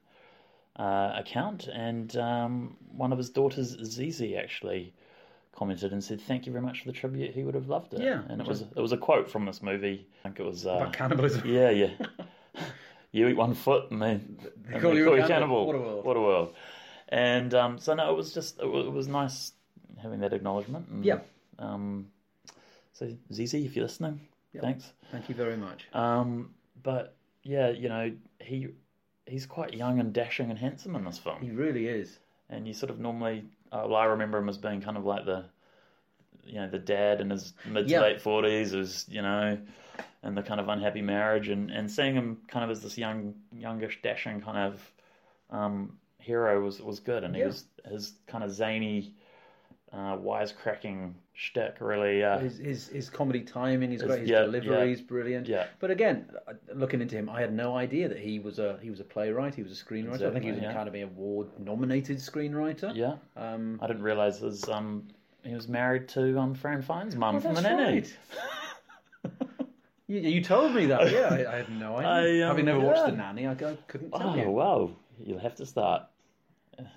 S1: uh, account, and um one of his daughters, Zizi, actually commented and said, "Thank you very much for the tribute. He would have loved it."
S2: Yeah,
S1: and it
S2: which
S1: was it was a quote from this movie. I think it was. Uh,
S2: About cannibalism.
S1: yeah, yeah. you eat one foot, and they, and
S2: call
S1: they
S2: you a
S1: call
S2: cannibal. What a world.
S1: What a world! And um, so no, it was just it was, it was nice having that acknowledgement. And,
S2: Yeah.
S1: Um, so Zizi, if you're listening, thanks.
S2: Thank you very much.
S1: Um, but yeah, you know he he's quite young and dashing and handsome in this film,
S2: He really is.
S1: and you sort of normally uh, well, I remember him as being kind of like the you know the dad in his mid
S2: Yeah.
S1: to late forties, is you know, and the kind of unhappy marriage, and and seeing him kind of as this young youngish dashing kind of um, hero was was good, and he
S2: Yeah.
S1: was his kind of zany. Uh, wisecracking shtick really uh,
S2: His his, his comedy timing is
S1: His-
S2: great. His
S1: yeah,
S2: delivery is brilliant.
S1: Yeah.
S2: But again, uh, looking into him, I had no idea that he was a he was a playwright. He was a screenwriter. I think he
S1: Exactly,
S2: was an
S1: yeah.
S2: Academy Award nominated screenwriter.
S1: Yeah.
S2: Um,
S1: I didn't realise there's um he was married to um Fran Fine's mum
S2: oh,
S1: from the
S2: that's
S1: nanny.
S2: right. [LAUGHS] you, you told me that. Yeah, I, I had no idea.
S1: I, um,
S2: Having never watched
S1: yeah.
S2: the nanny, I, I couldn't tell
S1: Oh
S2: you.
S1: wow. You'll have to start.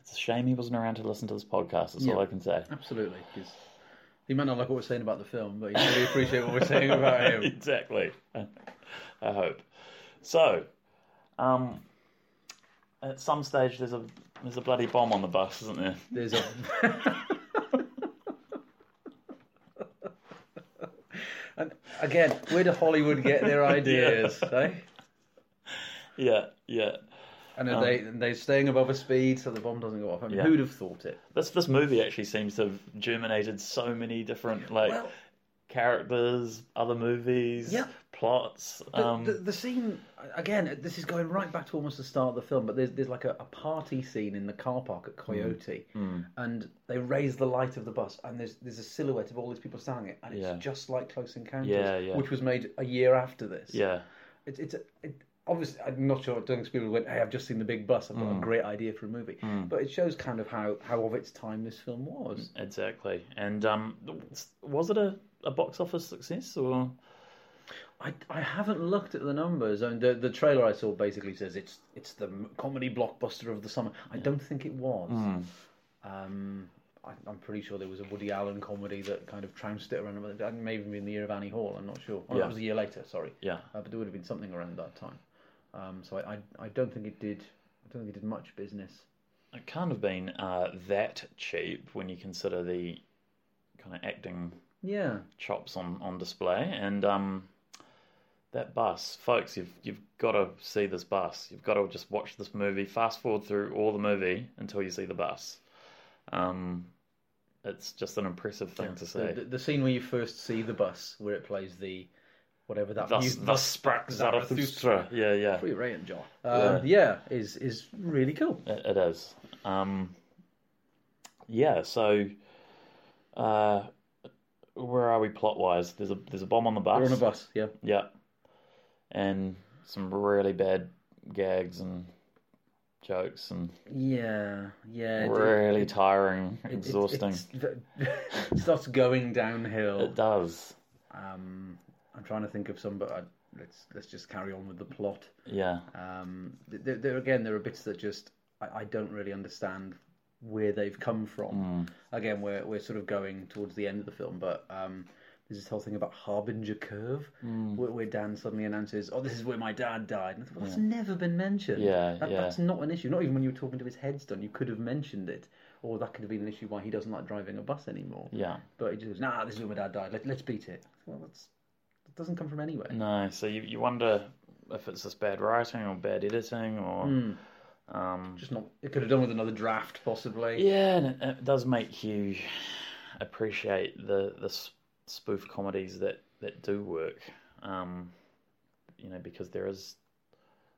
S1: It's a shame he wasn't around to listen to this podcast, that's all
S2: Yeah.
S1: I can say.
S2: Absolutely. 'cause he might not like what we're saying about the film, but he really appreciate what we're saying about
S1: [LAUGHS]
S2: him.
S1: exactly. I hope. So, um at some stage there's a there's a bloody bomb on the bus, isn't there?
S2: There's a. [LAUGHS] and again, where do Hollywood
S1: [LAUGHS]
S2: get their ideas? eh?
S1: Yeah, yeah.
S2: And are they they're staying above a speed so the bomb doesn't go off. I mean,
S1: Oh. Yeah.
S2: who'd have thought it?
S1: This this movie actually seems to have germinated so many different like
S2: Well-
S1: characters, other movies,
S2: Yeah.
S1: plots.
S2: The,
S1: um,
S2: the, the scene again. uh, This is going right back to almost the start of the film, but there's there's like a, a party scene in the car park at
S1: Hmm.
S2: Coyote, and they raise the light of the bus, and there's there's a silhouette of all these people standing it, and it's
S1: Yeah.
S2: just like Close Encounters,
S1: Yeah, yeah.
S2: which was made a year after this.
S1: yeah.
S2: It's it's it, obviously I'm not sure. Duncan Spielberg went, "Hey, I've just seen the Big Bus. I've got
S1: Hmm.
S2: a great idea for a movie." But it shows kind of how how of its time this film was.
S1: Exactly. And um, was it a, a box office success or?
S2: I, I haven't looked at the numbers. I mean, the the trailer I saw basically says it's it's the m- comedy blockbuster of the summer. I don't think it was. Um, I, I'm pretty sure there was a Woody Allen comedy that kind of trounced it around. That may even been the year of Annie Hall. I'm not sure. Oh,
S1: Yeah.
S2: That was a year later. Sorry.
S1: Yeah.
S2: Uh, but there would have been something around that time. Um, so I, I I don't think it did. I don't think it did much business.
S1: It can't have been uh, that cheap when you consider the kind of acting
S2: Yeah.
S1: chops on, on display. And um, that bus, folks, you've you've got to see this bus. You've got to just watch this movie. Fast forward through all the movie until you see the bus. Um, it's just an impressive thing to see.
S2: The, the, the scene where you first see the bus, where it plays the whatever that
S1: thus,
S2: music-
S1: thus sprach Zarathustra. Yeah, yeah.
S2: [LAUGHS] Free range, John. Um, yeah. is is really cool.
S1: It, it is. Um, yeah. So, uh, where are we plot wise? There's a there's a bomb on the bus.
S2: We're on a bus, yeah.
S1: Yeah, and some really bad gags and jokes and
S2: Yeah, yeah. it-
S1: really tiring,
S2: it- it-
S1: exhausting.
S2: it's- it starts going downhill.
S1: It does.
S2: Um, I'm trying to think of some, but I, let's let's just carry on with the plot.
S1: Yeah.
S2: Um, th- there, there again, there are bits that just I, I don't really understand where they've come
S1: Mm.
S2: from. Again, we're we're sort of going towards the end of the film, but um, there's this whole thing about Harbinger Curve,
S1: Mm.
S2: where, where Dan suddenly announces, "Oh, this is where my dad died." And I thought, well, that's never been mentioned.
S1: Yeah,
S2: That-
S1: yeah.
S2: that's not an issue. Not even when you were talking to his headstone, you could have mentioned it, or that could have been an issue why he doesn't like driving a bus anymore.
S1: Yeah.
S2: But he just goes, "Nah, this is where my dad died. Let, let's beat it." Well, that's that doesn't come from anywhere.
S1: No. So you you wonder if it's just bad writing or bad editing or.
S2: Mm.
S1: um,
S2: Just not. It could have done with another draft, possibly.
S1: Yeah, and it, it does make you appreciate the the s- spoof comedies that that do work. Um, you know, because there is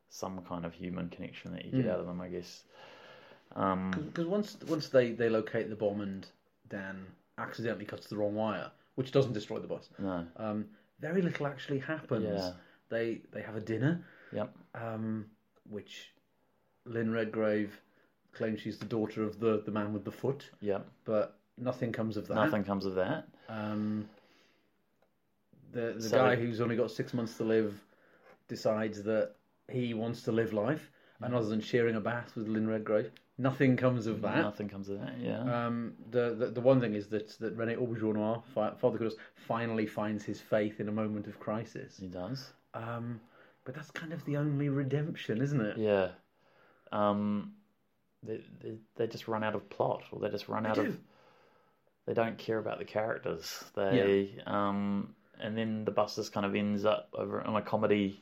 S1: some kind of human connection that you get
S2: Mm.
S1: out of them, I guess. Um,
S2: Because once once they, they locate the bomb and Dan accidentally cuts the wrong wire, which doesn't destroy the bus,
S1: no,
S2: um, very little actually happens.
S1: Yeah.
S2: They they have a dinner,
S1: yep,
S2: um, which Lynn Redgrave claims she's the daughter of the, the man with the foot,
S1: yep.
S2: but nothing comes of that.
S1: Nothing comes of that.
S2: Um, the the
S1: So-
S2: guy who's only got six months to live decides that he wants to live life, and other than sharing a bath with Lynn Redgrave, nothing comes of that.
S1: Nothing comes of that. Yeah.
S2: Um, the, the the one thing is that that René Auberjonois, Fa- Father Goodness, finally finds his faith in a moment of crisis.
S1: He does.
S2: Um, but that's kind of the only redemption, isn't it?
S1: Yeah. Um, they, they they just run out of plot, or they just run out of.
S2: do.
S1: They don't care about the characters. They um, and then the bus just kind of ends up over on a comedy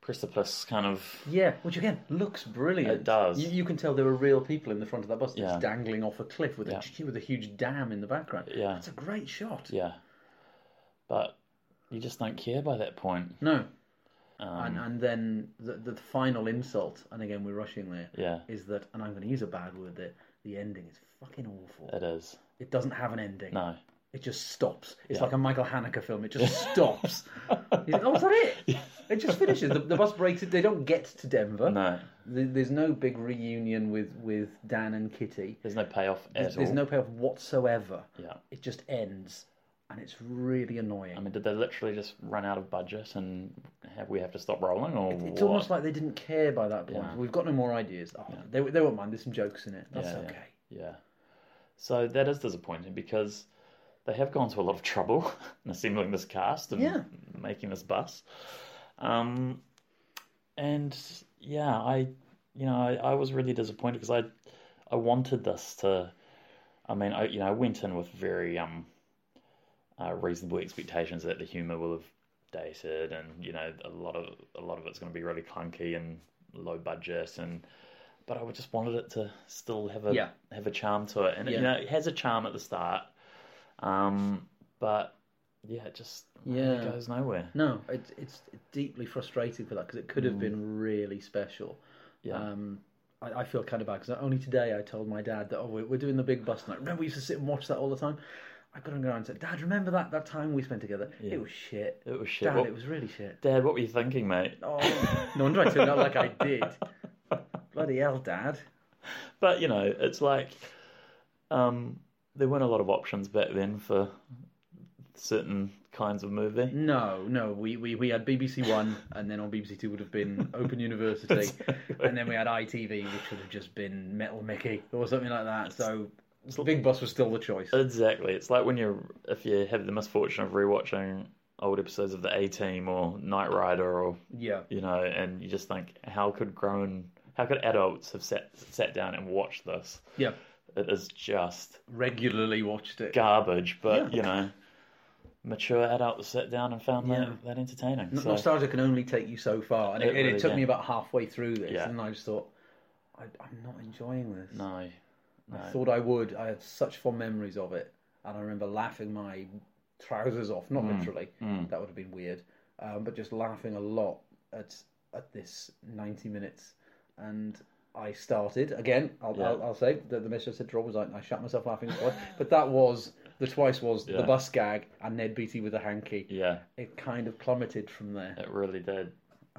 S1: precipice, kind of.
S2: Yeah, which again looks brilliant.
S1: It does.
S2: You, you can tell there are real people in the front of that bus that's
S1: Yeah.
S2: dangling off a cliff with
S1: Yeah.
S2: a hu- with a huge dam in the background.
S1: Yeah.
S2: that's a great shot.
S1: Yeah. But you just don't care by that point.
S2: No,
S1: Um,
S2: and and then the the final insult, and again we're rushing there, is
S1: yeah,
S2: that, and I'm going to use a bad word there. The ending is fucking awful.
S1: it is.
S2: It doesn't have an ending.
S1: Uh, No.
S2: It just stops. It's
S1: Yeah.
S2: like a Michael Haneke film. It just
S1: [LAUGHS]
S2: stops. You think, oh, is that it? It just finishes. The, the bus breaks it. They don't get to Denver.
S1: No.
S2: Th- There's no big reunion with, with Dan and Kitty.
S1: There's no payoff at
S2: There's
S1: all.
S2: no payoff whatsoever.
S1: Yeah.
S2: It just ends, and it's really annoying.
S1: I mean, did they literally just run out of budget and have we have to stop rolling or
S2: it's
S1: what?
S2: almost like they didn't care by that point.
S1: Yeah.
S2: We've got no more ideas. Oh, they, they won't mind. There's some jokes in it. That's
S1: Yeah, yeah.
S2: okay.
S1: Yeah. So that is disappointing because they have gone to a lot of trouble [LAUGHS] in assembling this cast and
S2: Yeah.
S1: making this bus. Um, and yeah, I, you know, I, I was really disappointed because I, I wanted this to. I mean, I you know I went in with very um, uh, reasonable expectations that the humor will have dated and you know a lot of a lot of it's going to be really clunky and low budget and but I just wanted it to still have a
S2: Yeah.
S1: have a charm to it and it, you
S2: Yeah.
S1: know it has a charm at the start, um, but yeah, it just
S2: Yeah.
S1: it goes nowhere.
S2: No, it's it's deeply frustrating for that because it could have been really special.
S1: Mm. Yeah.
S2: Um, I, I feel kind of bad because only today I told my dad that oh we're, we're doing the big bus night. Remember we used to sit and watch that all the time. I got him going and said, Dad, remember that that time we spent together? It was shit.
S1: It was shit.
S2: Dad,
S1: What-
S2: it was really shit.
S1: Dad, what were you thinking, mate?
S2: Oh, [LAUGHS] no wonder I turned out like I
S1: [LAUGHS]
S2: did. Bloody hell, Dad.
S1: But you know, it's like um, there weren't a lot of options back then for certain kinds of movie.
S2: No, no, we, we, we had BBC One, and then on BBC Two would have been
S1: [LAUGHS]
S2: Open University, and then we had ITV, which would have just been Metal Mickey or something like that. So Big Boss was still the choice.
S1: Uh, Exactly. It's like when you're if you have the misfortune of rewatching old episodes of the A Team or Knight Rider or
S2: Yeah,
S1: you know, and you just think, how could grown, how could adults have sat sat down and watched this?
S2: yeah.
S1: It is just
S2: Regularly watched it.
S1: garbage, but
S2: Yeah.
S1: you know, mature adults sat down and found
S2: Yeah.
S1: that, that entertaining.
S2: N-
S1: so,
S2: Nostalgia can only take you so far, and
S1: It
S2: it, and it
S1: really
S2: took
S1: can.
S2: me about halfway through this,
S1: Yeah.
S2: and I just thought, I, I'm not enjoying this.
S1: no,
S2: I thought I would. I had such fond memories of it, and I remember laughing my trousers off. Not
S1: Hmm.
S2: literally, that would have been weird, um, but just laughing a lot at at this ninety minutes. And I started again. I'll,
S1: Yeah.
S2: I'll, I'll say that the message I said to Rob was I, I shut myself laughing twice, but that was the twice was
S1: Yeah.
S2: the bus gag and Ned Beatty with a hanky.
S1: yeah,
S2: It kind of plummeted from there.
S1: it really did.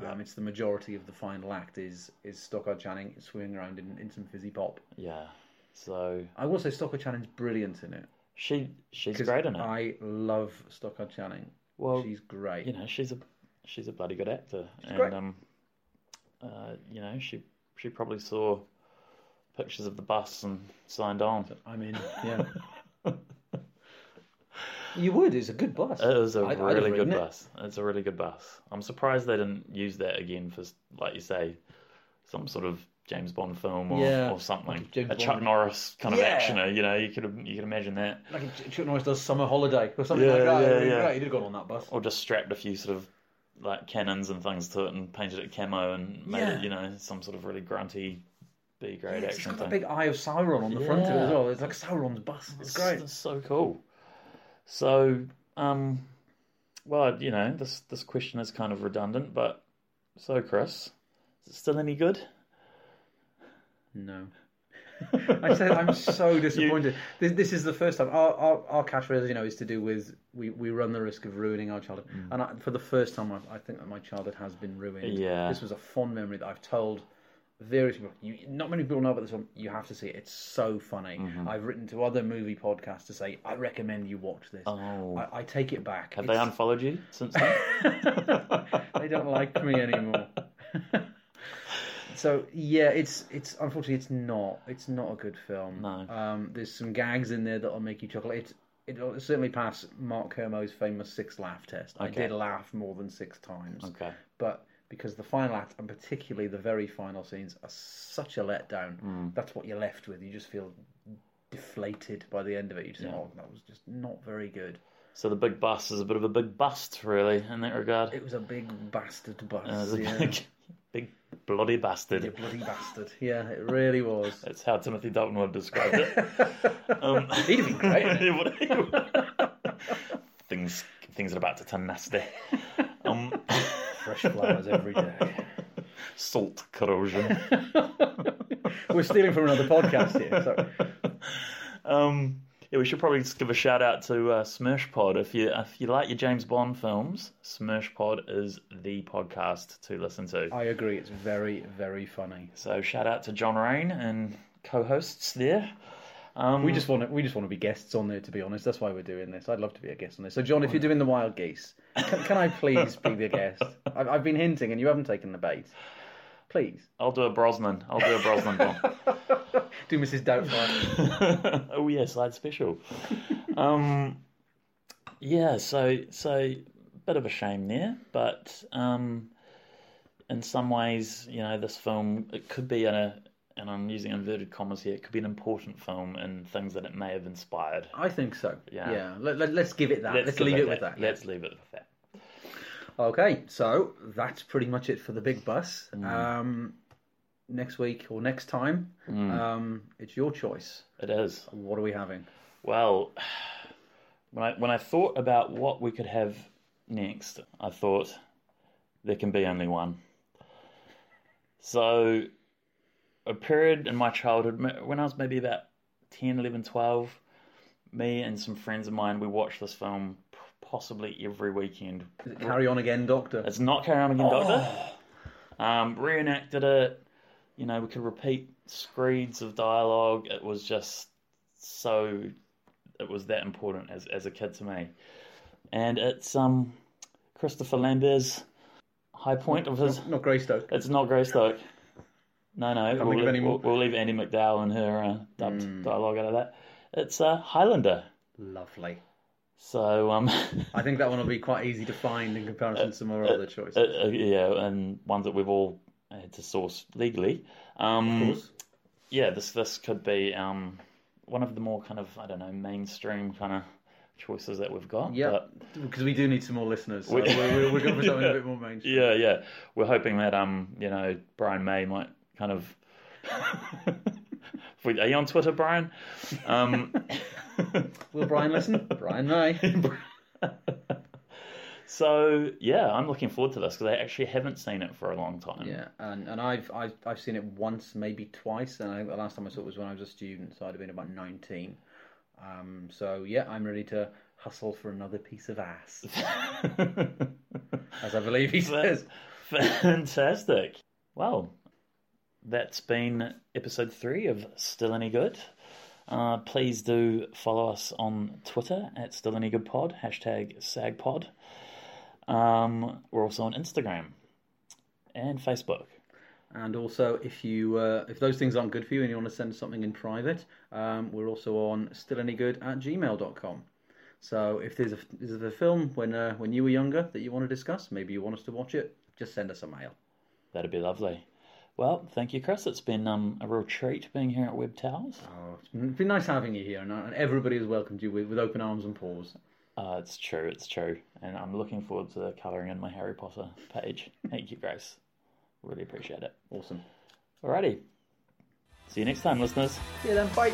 S2: Um, it's the majority of the final act is is Stockard Channing swinging around in, in some fizzy pop.
S1: Yeah. So
S2: I will say Stockard Channing's brilliant in it.
S1: she she's
S2: 'Cause
S1: great in it. Oh,
S2: I love Stockard Channing.
S1: well,
S2: She's great.
S1: you know, she's a she's a bloody good actor, and
S2: great.
S1: um, uh, you know, she she probably saw pictures of the bus and signed on.
S2: I mean, yeah. [LAUGHS] you would. It's a good bus.
S1: It was a
S2: I'd- I'd have
S1: really good
S2: written it.
S1: bus. It's a really good bus. I'm surprised they didn't use that again for, like you say, some sort of James Bond film or,
S2: Yeah.
S1: or something.
S2: James
S1: a Chuck
S2: Bond.
S1: Norris kind of
S2: Yeah.
S1: actioner, you know. You could you could imagine that,
S2: Like if Chuck Norris does Summer Holiday or something
S1: Yeah,
S2: like that.
S1: yeah,
S2: It'd be
S1: yeah. Oh,
S2: great. He'd have gone on that bus.
S1: or just strapped a few sort of like cannons and things to it and painted it camo and made
S2: Yeah.
S1: it, you know, some sort of really grunty be great
S2: Yeah, it's
S1: action
S2: got that
S1: thing.
S2: big Eye of Sauron on the front of it
S1: Yeah.
S2: as well. It's like Sauron's bus.
S1: That's-
S2: It's great.
S1: That's so cool. So, um, well, you know, this this question is kind of redundant, but so Chris, is it still any good? [LAUGHS]
S2: No. I said I'm so disappointed. This, this is the first time. Our, our, our catchphrase, you know, is to do with we, we run the risk of ruining our childhood.
S1: Mm.
S2: And I, for the first time, I, I think that my childhood has been ruined.
S1: Yeah.
S2: This was a fond memory that I've told various people. You, not many people know about this one. You have to see it. It's so funny.
S1: Mm-hmm.
S2: I've written to other movie podcasts to say I recommend you watch this.
S1: Oh.
S2: I, I take it back.
S1: Have they
S2: It's-
S1: unfollowed you since [LAUGHS] then?
S2: [LAUGHS] they don't like
S1: [LAUGHS]
S2: me anymore. so yeah, it's it's unfortunately it's not it's not a good film.
S1: No.
S2: Um, there's some gags in there that'll make you chuckle. It it'll certainly pass Mark Kermode's famous six laugh test. I
S1: Okay.
S2: did laugh more than six times.
S1: Okay.
S2: But because the final act and particularly the very final scenes are such a letdown,
S1: Mm.
S2: that's what you're left with. You just feel deflated by the end of it. You just think, oh, that was just not very good.
S1: So the big bust is a bit of a big bust, really, in that regard.
S2: It was a big bastard bus.
S1: It was a
S2: yeah.
S1: big, big bloody bastard.
S2: You bloody bastard. Yeah, it
S1: [LAUGHS]
S2: really was.
S1: That's how Timothy Dalton would have described it. [LAUGHS] um,
S2: [LAUGHS] He'd have been great. in it.
S1: [LAUGHS] things things are about to turn [LAUGHS] nasty. Um, [LAUGHS]
S2: Fresh flowers every day. [LAUGHS]
S1: salt corrosion.
S2: We're stealing from another podcast here. So
S1: Um, yeah, we should probably just give a shout out to uh, Smirsh Pod. If you if you like your James Bond films, Smirsh Pod is the podcast to listen to.
S2: I agree. It's very, very funny.
S1: So shout out to John Rain and co-hosts there. Um,
S2: We just want to. We just want to be guests on there. To be honest, that's why we're doing this. I'd love to be a guest on this. So, John, if you're doing the wild geese, can, can I please be the guest? I've, I've been hinting, and you haven't taken the bait.
S1: [LAUGHS]
S2: Please
S1: I'll do a Brosnan. I'll do a Brosnan Bond.
S2: do Mrs. Doubtfire.
S1: [LAUGHS] oh yeah, slide special. um, yeah, so so bit of a shame there, but um, in some ways, you know, this film it could be in a and I'm using inverted commas here. It could be an important film and things that it may have inspired.
S2: I think so.
S1: Yeah.
S2: Yeah. Let, let, us give it that. Let's,
S1: give
S2: leave it with that. yeah.
S1: Let's leave it with that.
S2: Okay, so that's pretty much it for the big bus.
S1: Mm.
S2: Um, next week or next time,
S1: Mm.
S2: um, it's your choice.
S1: It is.
S2: What are we having?
S1: Well, [SIGHS] when I when I thought about what we could have next, I thought there can be only one. So, a period in my childhood, m- when I was maybe about 10, 11, 12, me and some friends of mine, we watched this film p- possibly every weekend.
S2: Is it Carry On Again, Doctor?
S1: It's not Carry On Again, Doctor.
S2: Oh.
S1: Um, reenacted it. You know, we could repeat screeds of dialogue. It was just so. It was that important as as a kid to me, and it's um Christopher Lambert's high point of his.
S2: Not Greystoke.
S1: It's not Greystoke. No, no. we'll,
S2: think of
S1: leave,
S2: any more. Hmm.
S1: we'll, we'll leave Andy McDowell and her uh, dubbed dialogue out of that. It's uh, Highlander.
S2: Lovely.
S1: So um. [LAUGHS]
S2: I think that one will be quite easy to find in comparison to some of our other choices.
S1: uh, uh, yeah, and ones that we've all had to source legally. Um, yeah, this this could be um, one of the more kind of I don't know mainstream kind of choices that we've got.
S2: yeah,
S1: but-
S2: because we do need some more listeners. So
S1: We-
S2: we, we're, we're going for
S1: [LAUGHS]
S2: something
S1: Yeah.
S2: a bit more mainstream.
S1: yeah, yeah. We're hoping that um, you know, Brian May might kind of. [LAUGHS] Wait, Are you on Twitter, Brian? Um, [LAUGHS]
S2: Will Brian listen? Brian May.
S1: so yeah, I'm looking forward to this because I actually haven't seen it for a long time.
S2: Yeah, and, and I've, I've I've seen it once, maybe twice, and I think the last time I saw it was when I was a student, so I'd have been about nineteen. Um, so yeah, I'm ready to hustle for another piece of ass,
S1: [LAUGHS]
S2: as I believe he says.
S1: Fantastic. Well, that's been episode three of Still Any Good. Uh, please do follow us on Twitter at Still Any Good Pod, hashtag SagPod. Um, we're also on Instagram and Facebook.
S2: And also, if you uh, if those things aren't good for you and you want to send something in private, um, we're also on stillanygood at gmail.com. So if there's a is there a film when uh, when you were younger that you want to discuss, maybe you want us to watch it, just send us a mail.
S1: That'd be lovely. Well, thank you, Chris. It's been um, a real treat being here at Web Towers.
S2: Oh, it's been it's been nice having you here, and, uh, and everybody has welcomed you with, with open arms and paws.
S1: Uh, it's true, it's true. And I'm looking forward to colouring in my Harry Potter page. Thank you, Grace. Really appreciate it.
S2: Awesome.
S1: Alrighty.
S5: See you next time, listeners.
S1: See you then. Bye.